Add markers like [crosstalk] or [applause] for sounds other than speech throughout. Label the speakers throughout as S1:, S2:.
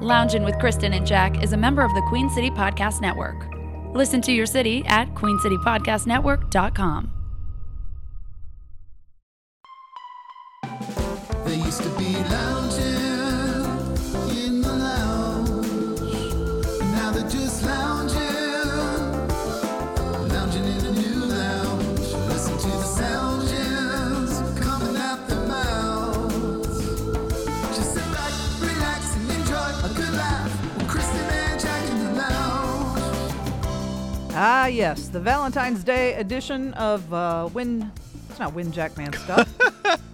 S1: Lounging with Kristen and Jack is a member of the Queen City Podcast Network. Listen to your city at queencitypodcastnetwork.com.
S2: They used to be lounging in the lounge. Now they're just lounging, lounging in a new lounge. Listen to the sound yes, coming out their mouths. Just sit back, relax, and enjoy a good laugh. with Kristen and Jack in the lounge.
S3: Ah, yes, the Valentine's Day edition of uh, Win. It's not Win
S4: [laughs]
S3: Jackman stuff.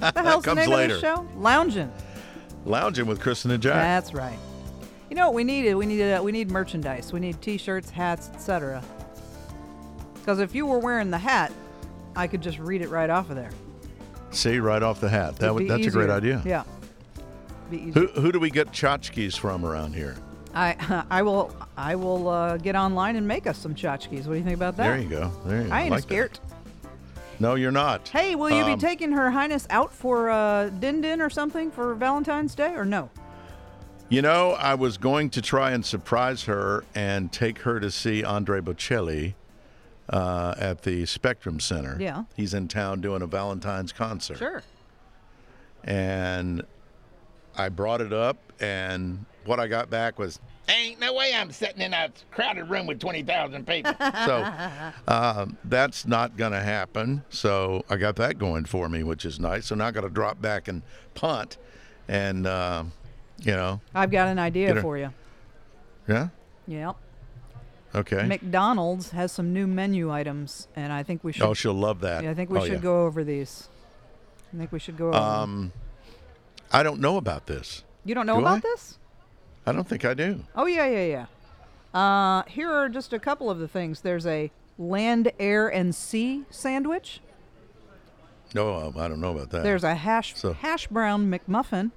S3: the hell's
S4: comes
S3: the name
S4: later.
S3: of the show? Loungin'.
S4: Lounging with Kristen and Jack.
S3: That's right. You know what we needed? We needed uh, we need merchandise. We need T-shirts, hats, etc. Because if you were wearing the hat, I could just read it right off of there.
S4: See, right off the hat. That
S3: It'd
S4: would,
S3: be
S4: that's a great
S3: easier.
S4: idea.
S3: Yeah. Be easier.
S4: Who, who do we get tchotchkes from around here?
S3: I [laughs] I will I will uh, get online and make us some tchotchkes. What do you think about that?
S4: There you go. There you go.
S3: I ain't
S4: like that.
S3: scared.
S4: No, you're not.
S3: Hey, will you
S4: Um,
S3: be taking Her Highness out for uh, din din or something for Valentine's Day or no?
S4: You know, I was going to try and surprise her and take her to see Andre Bocelli uh, at the Spectrum Center.
S3: Yeah.
S4: He's in town doing a Valentine's concert. And I brought it up, and what I got back was,
S5: Ain't no way I'm sitting in a crowded room with 20,000 people.
S4: So
S3: [laughs]
S4: um, that's not going to happen. So I got that going for me, which is nice. So now I got to drop back and punt, and uh, you know,
S3: I've got an idea
S4: Get her.
S3: for you.
S4: yeah,
S3: Yeah.
S4: okay.
S3: McDonald's has some new menu items, and I think we should.
S4: oh, she'll love that.
S3: yeah, I think we
S4: Oh,
S3: should
S4: yeah.
S3: go over these. I think we should go. Over them.
S4: Um, I don't know about this.
S3: You don't know
S4: do
S3: about
S4: I?
S3: this?
S4: I don't think I do.
S3: Oh yeah, yeah, yeah. Uh, here are just a couple of the things. There's a land, air, and sea sandwich.
S4: No, um, I don't know about that.
S3: There's a hash
S4: So-
S3: hash brown McMuffin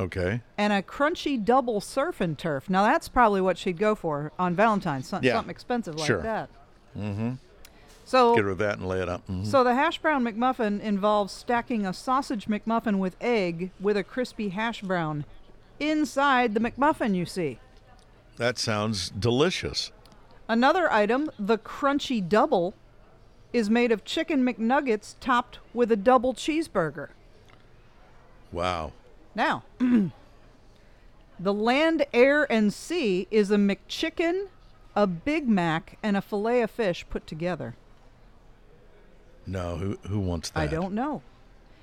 S4: okay.
S3: and a crunchy double surf and turf. Now that's probably what she'd go for on Valentine's. Some,
S4: Yeah.
S3: Something expensive like
S4: Sure.
S3: that. Mm-hmm. So
S4: Get rid of that and lay it up. Mhm.
S3: So the hash brown McMuffin involves stacking a sausage McMuffin with egg with a crispy hash brown inside the McMuffin you see.
S4: That sounds delicious.
S3: Another item, the crunchy double, is made of chicken McNuggets topped with a double cheeseburger.
S4: Wow.
S3: Now, [clears throat] the land, air, and sea is a McChicken, a Big Mac, and a filet of fish put together.
S4: No, who who wants that?
S3: I don't know.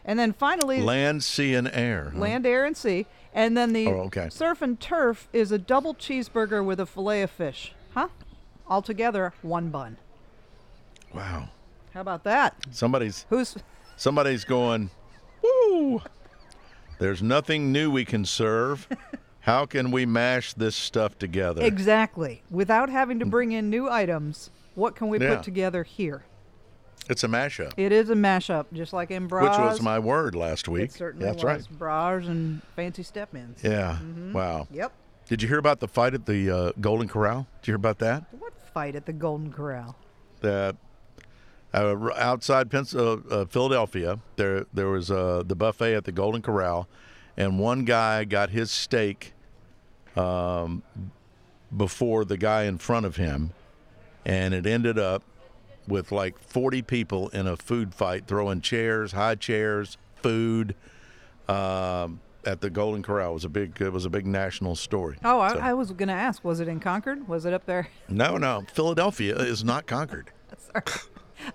S3: And then finally,
S4: Land, sea, and air. huh?
S3: land, air, and sea. And then the
S4: Oh, okay.
S3: surf and turf is a double cheeseburger with a filet of fish. Huh? Altogether, one bun.
S4: Wow.
S3: How about that?
S4: Somebody's
S3: Who's
S4: Somebody's going, woo, there's nothing new we can serve. How can we mash this stuff together?
S3: exactly without having to bring in new items? What can we
S4: Yeah.
S3: put together here?
S4: it's a mashup,
S3: It is a mashup, just like in bras.
S4: which was my word last week.
S3: It certainly was.
S4: That's right.
S3: Bras and fancy step ins.
S4: Yeah. Wow.
S3: Yep.
S4: Did you hear about the fight at the uh, Golden Corral? Did you hear about that?
S3: What fight at the Golden Corral?
S4: The uh, r- outside Pens- uh, uh, Philadelphia, there there was uh, the buffet at the Golden Corral, and one guy got his steak um, before the guy in front of him, and it ended up with like 40 people in a food fight, throwing chairs, high chairs, food. Um, at the Golden Corral it was a big it was a big national story.
S3: Oh, I,
S4: So-
S3: I was going to ask. Was it in Concord? Was it up there? [laughs]
S4: no, no, Philadelphia is not Concord,
S3: Sorry,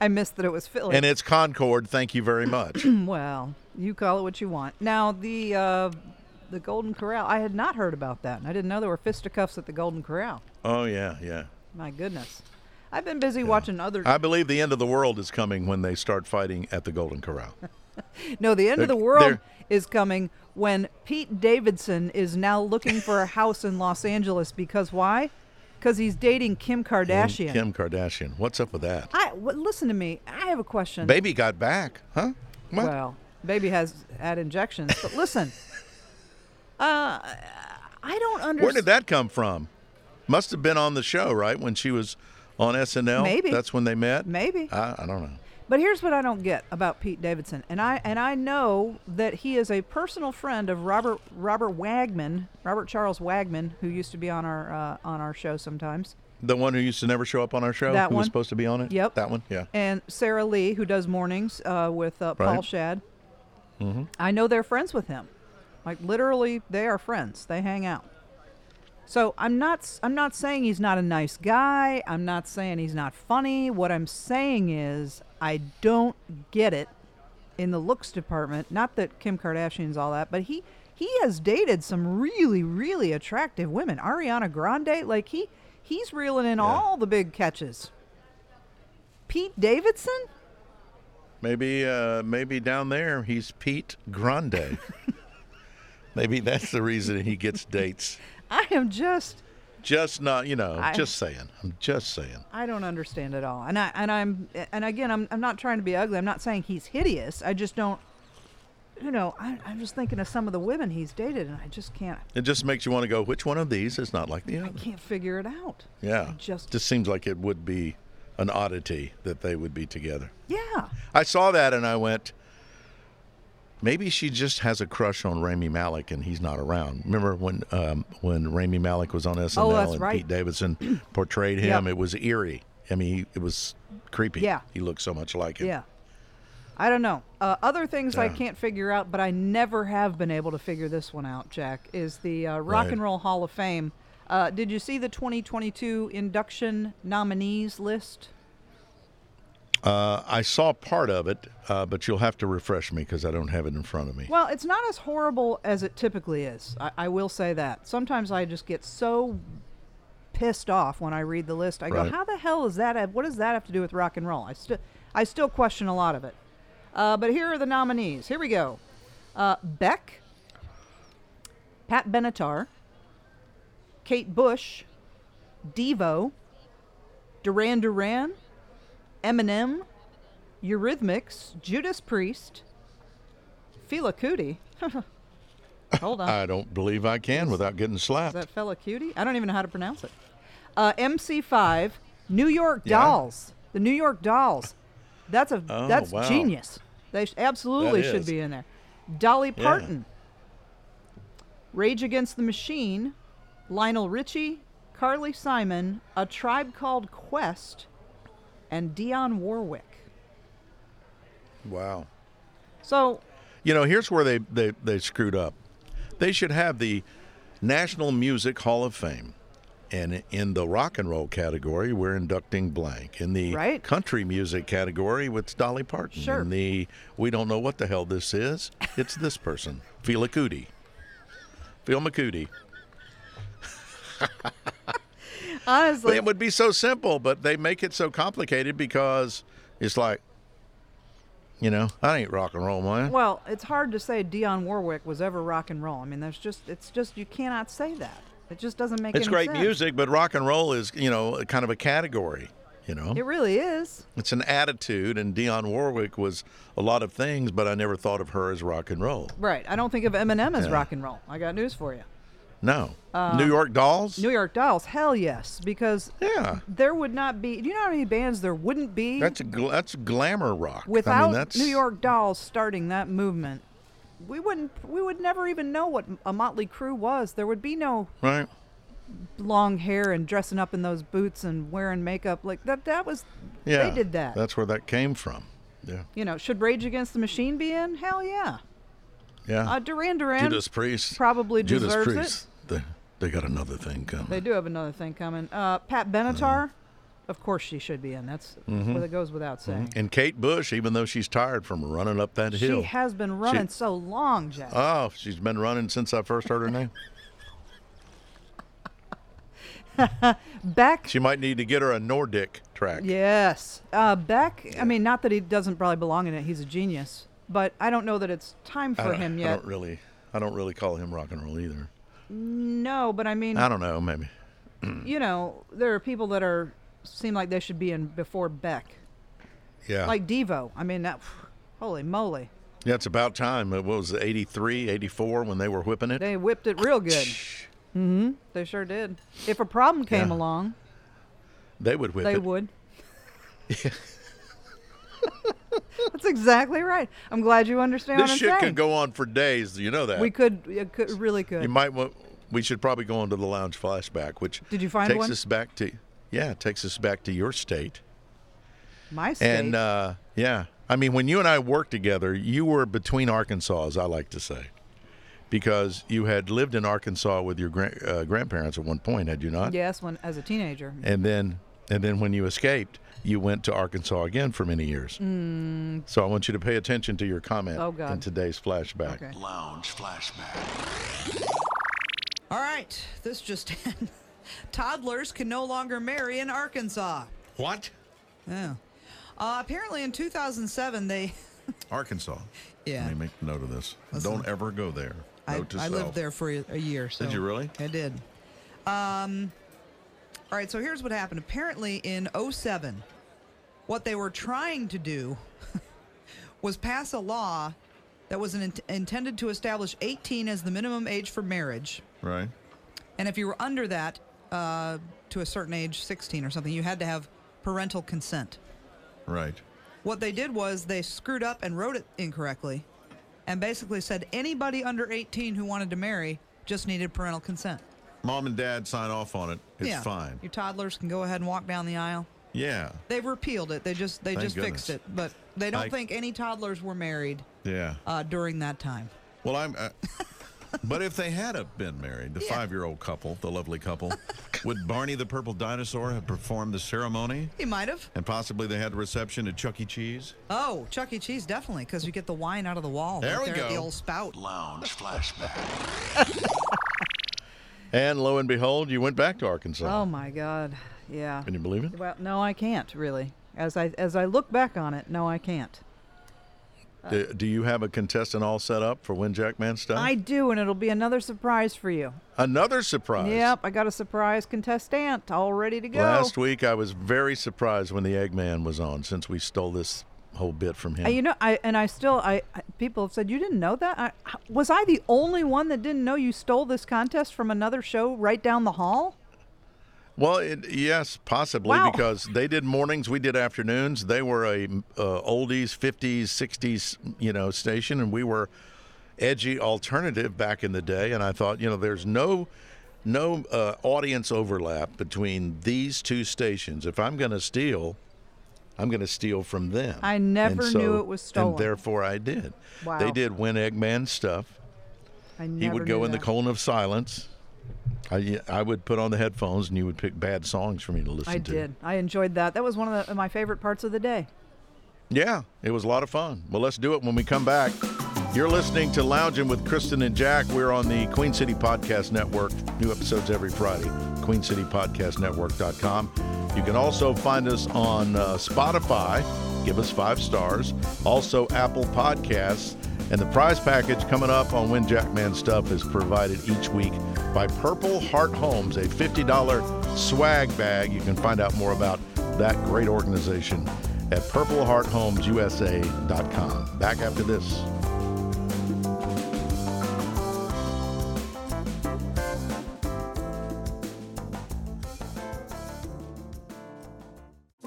S3: I missed that it was Philly.
S4: and it's Concord. Thank you very much.
S3: [clears throat] Well, you call it what you want. Now the uh, the Golden Corral. I had not heard about that. and I didn't know there were fisticuffs at the Golden Corral.
S4: Oh yeah, yeah.
S3: My goodness, I've been busy watching other.
S4: I believe the end of the world is coming when they start fighting at the Golden Corral.
S3: no, the end of the
S4: They're-
S3: world
S4: they're-
S3: is coming when Pete Davidson is now looking for a house in Los Angeles because why? Because he's dating
S4: [laughs]
S3: Kim Kardashian.
S4: Kim Kardashian. What's up with that?
S3: I w- listen to me. I have a question.
S4: Baby got back, huh? What?
S3: Well, baby has had injections, but
S4: [laughs]
S3: listen. uh, I don't understand.
S4: Where did that come from? Must have been on the show, right? When she was on SNL.
S3: Maybe.
S4: That's when they met.
S3: Maybe.
S4: I, I don't know.
S3: But here's what I don't get about Pete Davidson, and I and I know that he is a personal friend of Robert Robert Wagman, Robert Charles Wagman, who used to be on our uh, on our show sometimes,
S4: The one who used to never show up on our show,
S3: That
S4: who
S3: one.
S4: was supposed to be on it.
S3: Yep.
S4: that one. Yeah,
S3: and Sarah Lee, who does mornings uh, with uh, Paul
S4: Right. Mm-hmm.
S3: Shad. I know they're friends with him, like literally, they are friends. They hang out. So I'm not s- I'm not saying he's not a nice guy. I'm not saying he's not funny. What I'm saying is I don't get it in the looks department. Not that Kim Kardashian's all that, but he he has dated some really really attractive women. Ariana Grande, like he he's reeling in all the big catches. Pete Davidson?
S4: maybe uh, maybe down there he's Pete
S3: [laughs]
S4: Grande. maybe that's the reason he gets dates.
S3: I am just
S4: Just not, you know,
S3: I-
S4: just saying. I'm just saying.
S3: I don't understand at all. And I and I'm and again I'm I'm not trying to be ugly. I'm not saying he's hideous. I just don't you know, I, I'm just thinking of some of the women he's dated, and I just can't.
S4: It just makes you want to go. Which one of these is not like the
S3: I
S4: other?
S3: can't figure it out.
S4: Yeah,
S3: I just,
S4: just seems like it would be an oddity that they would be together.
S3: yeah.
S4: I saw that and I went, maybe she just has a crush on Rami Malik and he's not around. Remember when um, when Rami Malik was on SNL
S3: Oh, that's
S4: and
S3: right. [clears throat]
S4: Pete Davidson portrayed him?
S3: Yep.
S4: It was eerie. I mean, it was creepy.
S3: Yeah.
S4: he looked so much like him.
S3: Yeah. I don't know. Uh, other things I
S4: Yeah.
S3: can't figure out, but I never have been able to figure this one out, Jack, is the uh, Rock
S4: Right.
S3: and Roll Hall of Fame. Uh, did you see the 2022 induction nominees list?
S4: Uh, I saw part of it, uh, but you'll have to refresh me because I don't have it in front of me.
S3: Well, it's not as horrible as it typically is. I, I will say that. Sometimes I just get so pissed off when I read the list. I
S4: Right.
S3: go, "How the hell is that? What does that have to do with rock and roll?" I still, I still question a lot of it. Uh, but here are the nominees. Here we go: uh, Beck, Pat Benatar, Kate Bush, Devo, Duran Duran, Eminem, Eurythmics, Judas Priest, Fela Kuti. [laughs] Hold on.
S4: I don't believe I can without getting slapped.
S3: Is that fella cutie? I don't even know how to pronounce it. Uh, MC5, New York
S4: Yeah.
S3: Dolls. The New York Dolls. That's a
S4: Oh,
S3: that's
S4: wow.
S3: genius. They sh- absolutely
S4: That
S3: should
S4: is.
S3: be in there. Dolly Parton, Rage Against the Machine, Lionel Richie, Carly Simon, A Tribe Called Quest, and Dionne Warwick.
S4: wow.
S3: So
S4: You know, here's where they, they, they screwed up. They should have the National Music Hall of Fame. And in the rock and roll category, we're inducting blank. In the
S3: Right.
S4: country music category, it's Dolly Parton.
S3: Sure.
S4: In the we don't know what the hell this is, it's this person, [laughs] Fela Kuti. Phil McCootie.
S3: honestly,
S4: it would be so simple, but they make it so complicated because it's like, you know, I ain't rock and roll, man.
S3: Well, it's hard to say Dionne Warwick was ever rock and roll. I mean, there's just it's just you cannot say that. It just doesn't make
S4: It's
S3: any
S4: great
S3: sense.
S4: music, but rock and roll is, you know, kind of a category. You know,
S3: It really is.
S4: it's an attitude, and Dionne Warwick was a lot of things, but I never thought of her as rock and roll.
S3: Right. I don't think of Eminem as rock and roll. I got news for you.
S4: No, New York Dolls.
S3: Um, New York Dolls, hell yes, because
S4: yeah,
S3: there would not be. Do you know how many bands there wouldn't be
S4: that's gl- that's glamour rock. I mean,
S3: without
S4: that's-
S3: New York Dolls starting that movement? We wouldn't. We would never even know what a Motley Crue was. There would be no
S4: right?
S3: long hair and dressing up in those boots and wearing makeup like that. That was.
S4: Yeah,
S3: They did that.
S4: That's where that came from. Yeah,
S3: You know, should Rage Against the Machine be in? Hell yeah.
S4: yeah.
S3: Uh, Duran Duran.
S4: Judas Priest
S3: probably
S4: Judas
S3: deserves it.
S4: Priest. They, they got another thing coming.
S3: They do have another thing coming. Uh, Pat
S4: Mm-hmm.
S3: Benatar. Of course she should be in. That's what it goes without saying.
S4: and Kate Bush, even though she's tired from running up that hill,
S3: She has been running so long, Jack.
S4: oh, she's been running since I first heard her name.
S3: Beck.
S4: She might need to get her a Nordic track.
S3: Yes. Uh, Beck. I mean, not that he doesn't probably belong in it. He's a genius. But I don't know that it's time
S4: I
S3: for
S4: don't-
S3: him
S4: I
S3: yet.
S4: don't really, I don't really call him rock and roll either.
S3: No, but I mean,
S4: I don't know, maybe.
S3: you know, there are people that are seem like they should be in before Beck,
S4: Yeah,
S3: like Devo. I mean, that, holy moly,
S4: yeah, it's about time. What was it, 83, 84 when they were whipping it?
S3: they whipped it real good. mm-hmm. They sure did. If a problem came
S4: Yeah.
S3: along,
S4: They would whip
S3: they
S4: it.
S3: would. [laughs] That's exactly right. I'm glad you understand
S4: This
S3: what I'm
S4: shit
S3: saying.
S4: could go on for days. You know that.
S3: We could, it could really could.
S4: You might want. We should probably go on to the lounge flashback, which
S3: Did you find
S4: takes
S3: one?
S4: us back to yeah, takes us back to your state.
S3: My state.
S4: And uh, yeah, I mean, when you and I worked together, you were between Arkansas, as I like to say, because you had lived in Arkansas with your gran- uh, grandparents at one point, had you not?
S3: yes, when as a teenager.
S4: And then, and then when you escaped, you went to Arkansas again for many years.
S6: Hmm.
S4: So I want you to pay attention to your comment
S3: Oh, God.
S4: in today's flashback.
S3: Okay.
S2: Lounge flashback.
S6: All right, this just in. [laughs] Toddlers can no longer marry in Arkansas.
S7: What?
S6: Yeah. Uh, apparently in 2007, they.
S7: Arkansas.
S6: Yeah.
S7: Let me make note of this.
S6: Listen.
S7: Don't ever go there.
S6: I,
S7: Note to
S6: I
S7: self.
S6: lived there for a a year. So
S7: you really?
S6: I did. Um, all right, so here's what happened. Apparently in 07, what they were trying to do [laughs] was pass a law that was in, intended to establish 18 as the minimum age for marriage.
S7: Right.
S6: And if you were under that, uh, to a certain age, 16 or something, you had to have parental consent.
S7: Right.
S6: What they did was they screwed up and wrote it incorrectly and basically said anybody under 18 who wanted to marry just needed parental consent.
S7: Mom and dad sign off on it. It's
S6: yeah.
S7: fine.
S6: Your toddlers can go ahead and walk down the aisle.
S7: Yeah.
S6: They've repealed it. They just they
S7: Thank
S6: just fixed it.
S7: goodness.
S6: But they don't
S7: I-
S6: think any toddlers were married
S7: Yeah.
S6: uh, during that time.
S7: Well, I'm.
S4: [laughs]
S7: Uh, but if they had have been married, the five-year-old couple, the lovely
S3: [laughs]
S7: couple, would Barney the Purple Dinosaur have performed the ceremony?
S6: You might have.
S7: And possibly they had a reception at Chuck E. Cheese?
S6: Oh, Chuck E. Cheese definitely, because you get the wine out of the wall.
S7: There
S6: right
S7: we
S6: there At the
S7: go.
S6: old spout.
S2: Lounge flashback.
S4: [laughs] And lo and behold, you went back to Arkansas.
S3: oh my God. Yeah.
S4: Can you believe it?
S3: Well, no, I can't really. As I as I look back on it, no, I can't.
S4: do, do you have a contestant all set up for when Jackman stuff?
S3: I do, and it'll be another surprise for you.
S4: Another surprise.
S3: Yep, I got a surprise contestant all ready to go.
S4: Last week, I was very surprised when the Eggman was on, since we stole this whole bit from him.
S3: And Uh, you know, I and I still, I I- people have said you didn't know that. I, h- was I the only one that didn't know you stole this contest from another show right down the hall?
S4: well, it, yes, possibly
S3: Wow.
S4: because they did mornings, we did afternoons. They were a uh, oldies, fifties, sixties, you know, station, and we were edgy alternative back in the day. And I thought, you know, there's no no uh, audience overlap between these two stations. If I'm going to steal. I'm going to steal from them.
S3: I
S4: And
S3: never knew
S4: so-
S3: it was stolen.
S4: And therefore I did.
S3: Wow.
S4: They did win Eggman stuff.
S3: I never
S4: He would
S3: knew
S4: go in the
S3: that.
S4: cone of silence. I, I would put on the headphones and you would pick bad songs for me to listen
S3: I
S4: to.
S3: did. I enjoyed that. That was one of the, my favorite parts of the day.
S4: Yeah, it was a lot of fun. Well, let's do it when we come back. You're listening to Lounging with Kristen and Jack. We're on the Queen City Podcast Network. New episodes every Friday. QueenCityPodcastNetwork.com. You can also find us on uh, Spotify. Give us five stars. Also, Apple Podcasts. And the prize package coming up on When Jackman Stuff is provided each week by Purple Heart Homes, a $50 swag bag. You can find out more about that great organization at purplehearthomesusa.com. Back after this.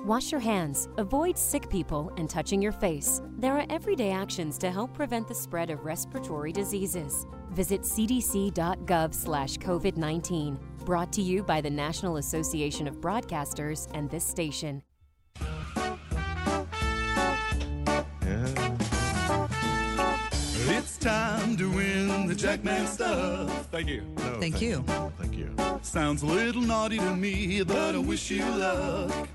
S8: Wash your hands, avoid sick people, and touching your face. There are everyday actions to help prevent the spread of respiratory diseases. Visit cdc.gov slash COVID-19. Brought to you by the National Association of Broadcasters and this station.
S2: It's time to win the Jackman stuff.
S7: Thank you.
S6: Thank you.
S7: Thank you.
S2: Sounds a little naughty to me, but I wish you luck.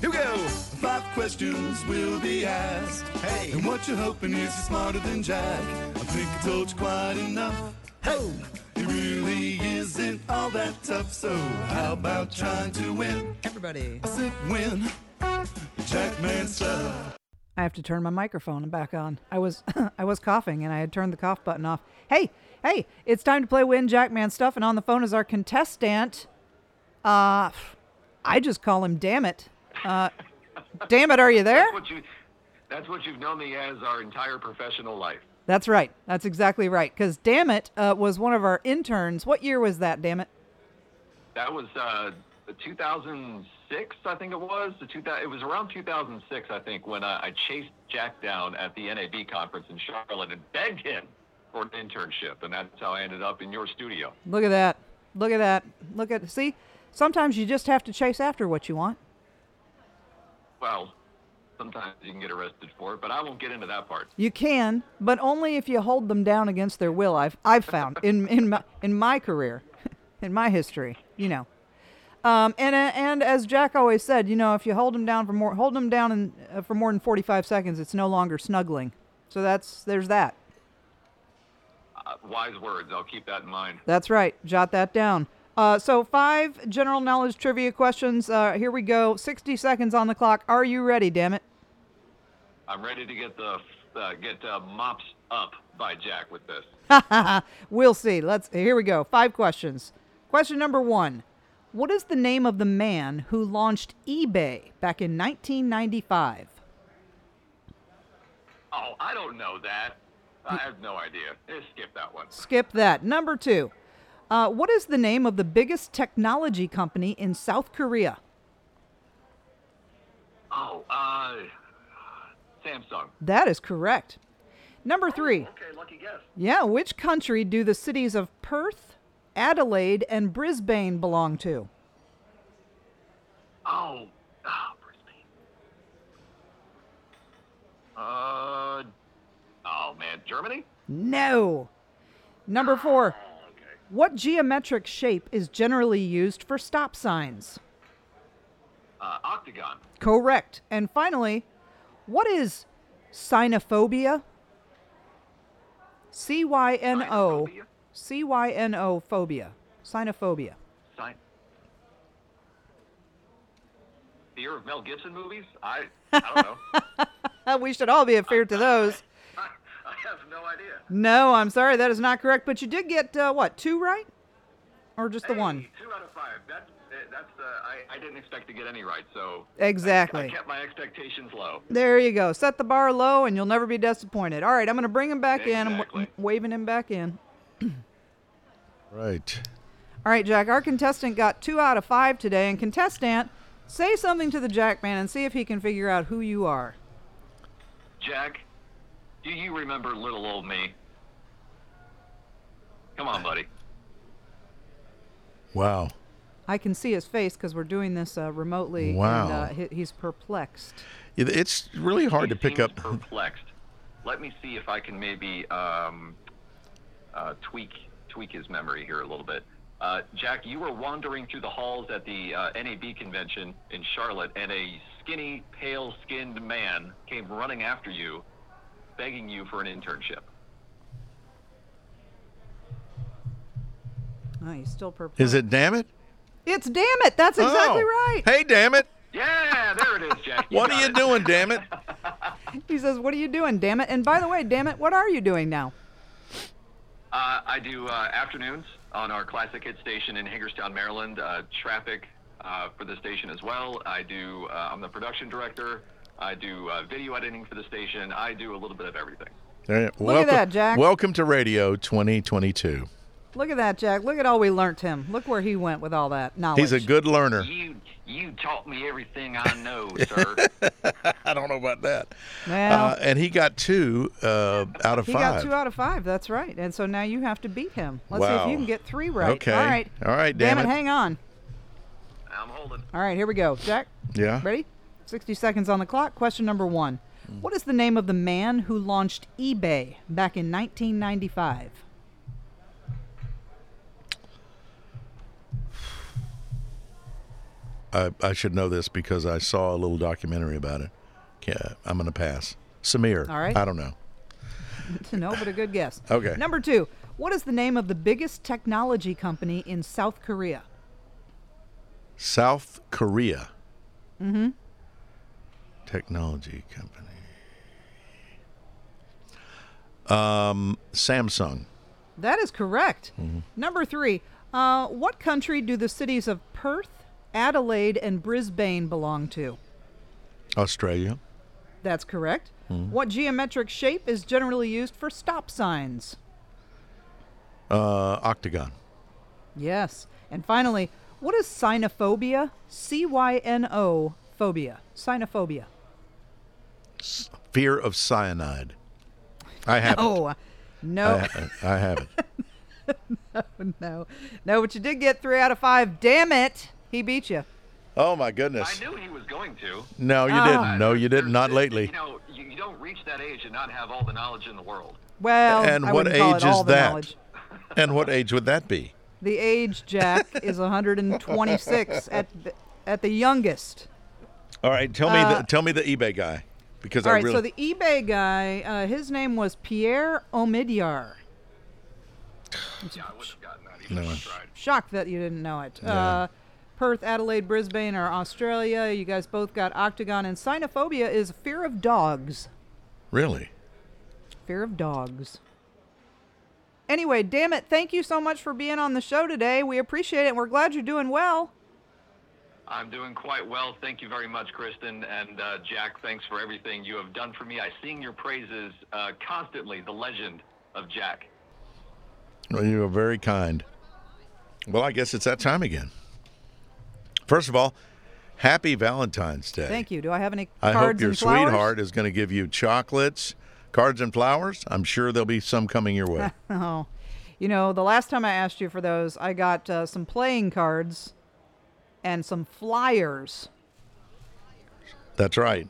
S2: Here we go. Five questions will be asked. Hey. And what you're hoping is you're smarter than Jack. I think I told you quite enough. Hey. It really isn't all that tough, so how about trying to win?
S6: Everybody.
S2: I said win. Jackman stuff.
S3: I have to turn my microphone back on. I was [laughs] I was coughing and I had turned the cough button off. Hey, hey, it's time to play Win Jackman stuff and on the phone is our contestant. Uh I just call him damn it. Uh damn it, are you there?
S9: That's what you, that's what you've known me as our entire professional life.
S3: That's right. That's exactly right. Cuz damn it uh, was one of our interns. What year was that, damn it?
S9: That was uh, 2006. 2006, I think it was. The 2000, it was around 2006, I think, when I, I chased Jack down at the NAB conference in Charlotte and begged him for an internship, and that's how I ended up in your studio.
S3: Look at that. Look at that. Look at see. Sometimes you just have to chase after what you want.
S9: Well, sometimes you can get arrested for it, but I won't get into that part.
S3: You can, but only if you hold them down against their will. I've I've found in in my in my career, [laughs] in my history, you know. Um, and uh, and as Jack always said, you know, if you hold them down for more, hold them down in, uh, for more than forty five seconds, it's no longer snuggling. So that's there's that.
S9: Uh, wise words. I'll keep that in mind.
S3: That's right. Jot that down. Uh, so five general knowledge trivia questions. Uh, here we go. Sixty seconds on the clock. Are you ready? Damn it.
S9: I'm ready to get the uh, get uh, mops up by Jack with this.
S3: [laughs] we'll see. Let's here we go. Five questions. Question number one. What is the name of the man who launched eBay back in 1995?
S9: Oh, I don't know that. I have no idea. Just skip that one.
S3: Skip that. Number two. Uh, what is the name of the biggest technology company in South Korea?
S9: Oh, uh, Samsung.
S3: That is correct. Number three.
S9: Okay, lucky guess.
S3: Yeah, which country do the cities of Perth, Adelaide, and Brisbane belong to?
S9: Oh, ah, Brisbane. Uh, oh man, Germany.
S3: No. Number four. What geometric shape is generally used for stop signs?
S9: Uh, Octagon.
S3: Correct. And finally, what is cynophobia? C Y N O.
S9: Cynophobia?
S3: C Y N O phobia. Cynophobia.
S9: Sign. Fear of Mel Gibson movies? I, I don't know.
S3: [laughs]
S9: [laughs]
S3: Uh, we should all be afraid to those.
S9: I, I have no idea.
S3: No, I'm sorry, that is not correct. But you did get uh, what two right, or just the one?
S9: Hey, Two out of five. That's eh, that's. Uh, I I didn't expect to get any right, so I- I,
S3: Exactly.
S9: kept my expectations low.
S3: There you go. Set the bar low, and you'll never be disappointed. All right, I'm going to bring him back in. I'm w-
S9: Exactly.
S3: waving him back in.
S4: Right.
S3: All right, Jack. Our contestant got two out of five today, and contestant, say something to the Jack man and see if he can figure out who you are.
S9: Jack, do you remember little old me? Come on, buddy.
S4: Wow.
S3: I can see his face because we're doing this uh, remotely,
S4: Wow.
S3: and uh, he- he's perplexed.
S4: It- It's really hard
S9: He
S4: to pick
S9: seems
S4: up. [laughs]
S9: Perplexed. Let me see if I can maybe um, uh, tweak tweak his memory here a little bit. Uh, Jack, you were wandering through the halls at the uh, NAB convention in Charlotte, and a skinny, pale-skinned man came running after you, begging you for an internship.
S3: Oh, he's still perplexed.
S4: Is it damn it?
S3: It's damn it. That's exactly
S4: Oh.
S3: right.
S4: Hey, damn it.
S9: Yeah, there it is, Jack.
S4: What
S9: got
S4: are you
S9: it.
S4: doing, damn it?
S3: He says, "What are you doing, damn it?" And by the way, damn it, what are you doing now?
S9: Uh, I do uh, afternoons on our classic hit station in Hagerstown, Maryland. Uh, traffic uh, for the station as well. I do. Uh, I'm the production director. I do uh, video editing for the station. I do a little bit of everything.
S4: All
S3: [laughs]
S4: right,
S3: Look at that, Jack.
S4: Welcome to Radio 2022.
S3: Look at that, Jack. Look at all we learnt him. Look where he went with all that knowledge.
S4: He's a good learner.
S9: You you taught me everything I [laughs] know, sir.
S4: I don't know about that.
S3: Well,
S4: uh, and he got two uh, out of
S3: he
S4: five.
S3: got two out of five. That's right. And so now you have to beat him. Let's see if you
S4: Wow.
S3: can get three right.
S4: Okay.
S3: All right.
S4: All right,
S3: Damn,
S4: damn
S3: it.
S4: it.
S3: Hang on.
S9: I'm holding.
S3: All right. Here we go. Jack.
S4: Yeah.
S3: Ready? Sixty seconds on the clock. Question number one. What is the name of the man who launched eBay back in [laughs] 1995?
S4: I, I should know this because I saw a little documentary about it. Yeah, I'm going to pass. Samir.
S3: All right.
S4: I don't know.
S3: To know, but a good guess.
S4: Okay.
S3: Number two. What is the name of the biggest technology company in South Korea?
S4: South Korea. Mm-hmm. Technology company. Um, Samsung.
S3: That is correct.
S4: Mm-hmm.
S3: Number three. Uh, what country do the cities of Perth, Adelaide, and Brisbane belong to?
S4: Australia.
S3: That's correct.
S4: Hmm.
S3: What geometric shape is generally used for stop signs?
S4: Uh, Octagon.
S3: Yes. And finally, What is cynophobia? C Y N O phobia. Cynophobia.
S4: Fear of cyanide. I have it.
S3: Oh,
S4: I,
S3: no,
S4: ha- I have it.
S3: [laughs] no, no. But you did get three out of five. Damn it, he beat you.
S4: Oh my
S9: I
S4: goodness.
S9: knew Oh. he was going to.
S4: No, you didn't. No, you didn't. Not lately.
S9: You know, you, you don't reach that age and not have all the knowledge in the world.
S3: Well,
S4: And
S3: I
S4: what
S3: wouldn't call
S4: age
S3: it all
S4: is
S3: the
S4: that?
S3: knowledge.
S4: And what age would that be?
S3: The age,
S4: [laughs]
S3: Jack, is 126 at the, at the youngest.
S4: All right, tell me the tell me the eBay guy because
S3: Uh, All
S4: I
S3: right,
S4: really
S3: so the eBay guy, uh, his name was Pierre Omidyar.
S9: Yeah, I would have gotten that even if I tried.
S3: Shocked that you didn't know it. Uh, Perth, Adelaide, Brisbane, or Australia. You guys both got octagon. And cynophobia is fear of dogs.
S4: really.
S3: Fear of dogs. Anyway, damn it. Thank you so much for being on the show today. We appreciate it. And we're glad you're doing well.
S9: I'm doing quite well. Thank you very much, Kristen. And uh, Jack, thanks for everything you have done for me. I sing your praises uh, constantly, the legend of Jack.
S4: Well, you are very kind. Well, I guess it's that time again. First of all, happy Valentine's Day.
S3: Thank you. Do I have any
S4: I
S3: cards
S4: hope your
S3: and flowers?
S4: sweetheart is going to give you chocolates, cards, and flowers. I'm sure there'll be some coming your
S3: [laughs]
S4: way.
S3: [laughs] Oh, you know, the last time I asked you for those, I got uh, some playing cards and some flyers. [laughs]
S4: That's right.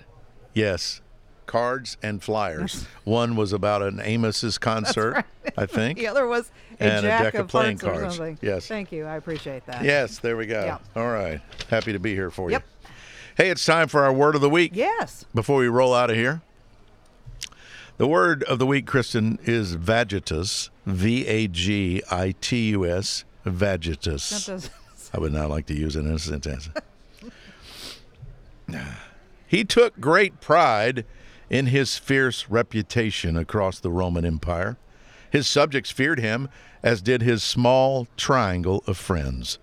S4: Yes. Cards and flyers. One was about an Amos's concert,
S3: [laughs]
S4: I think.
S3: The other was a
S4: And a
S3: jack
S4: deck of
S3: of,
S4: playing
S3: hearts or
S4: cards.
S3: something.
S4: Yes.
S3: Thank you. I appreciate that.
S4: Yes, there we go.
S3: Yeah.
S4: All right. Happy to be here for
S3: Yep.
S4: you. Hey, it's time for our word of the week.
S3: Yes.
S4: Before we roll out of here, the word of the week, Kristen, is vagitus. V A G I T U S.
S3: That [laughs]
S4: Vagitus.
S3: does-
S4: I would not like to use it in a sentence. he took great pride in his fierce reputation across the Roman Empire. His subjects feared him, as did his small triangle of friends.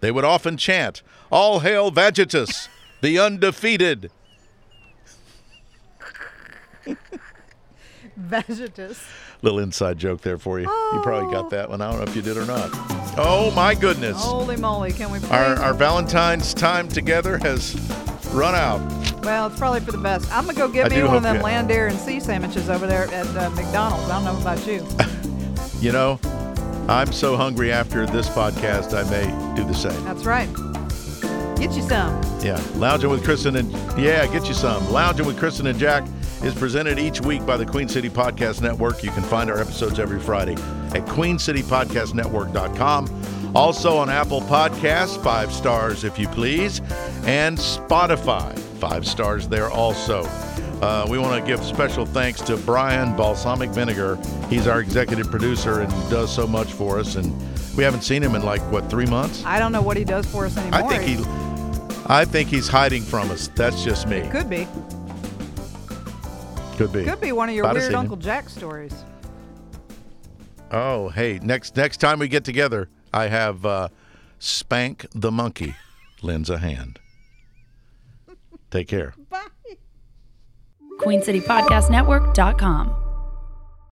S4: They would often chant, All hail Vagitus, the undefeated.
S3: Vegetus.
S4: Little inside joke there for you. You probably got that one. I don't know if you did or not. Oh, my goodness.
S3: Holy moly. Can we please?
S4: Our, our Valentine's time together has run out.
S3: well, it's probably for the best. I'm going to go get
S4: I
S3: me
S4: do
S3: one of
S4: hope
S3: them
S4: you-
S3: land, air, and sea sandwiches over there at uh, McDonald's. I don't know about
S4: [laughs]
S3: you.
S4: You know, I'm so hungry after this podcast, I may do the same.
S3: That's right. Get you some.
S4: Yeah. Lounging with Kristen and, yeah, get you some. Lounging with Kristen and Jack is presented each week by the Queen City Podcast Network. You can find our episodes every Friday at queencitypodcastnetwork.com. Also on Apple Podcasts, five stars if you please, and Spotify, five stars there also. Uh, we want to give special thanks to Brian Balsamic Vinegar. He's our executive producer and does so much for us. And we haven't seen him in like what three months.
S3: I don't know what he does for us anymore.
S4: I think he, I think he's hiding from us. That's just me.
S3: could be.
S4: Could be.
S3: Could be one of your
S4: Might have
S3: weird
S4: seen him.
S3: Uncle Jack stories.
S4: Oh, hey, next next time we get together, I have uh, Spank the Monkey lends a hand. Take care.
S1: QueenCityPodcastNetwork.com.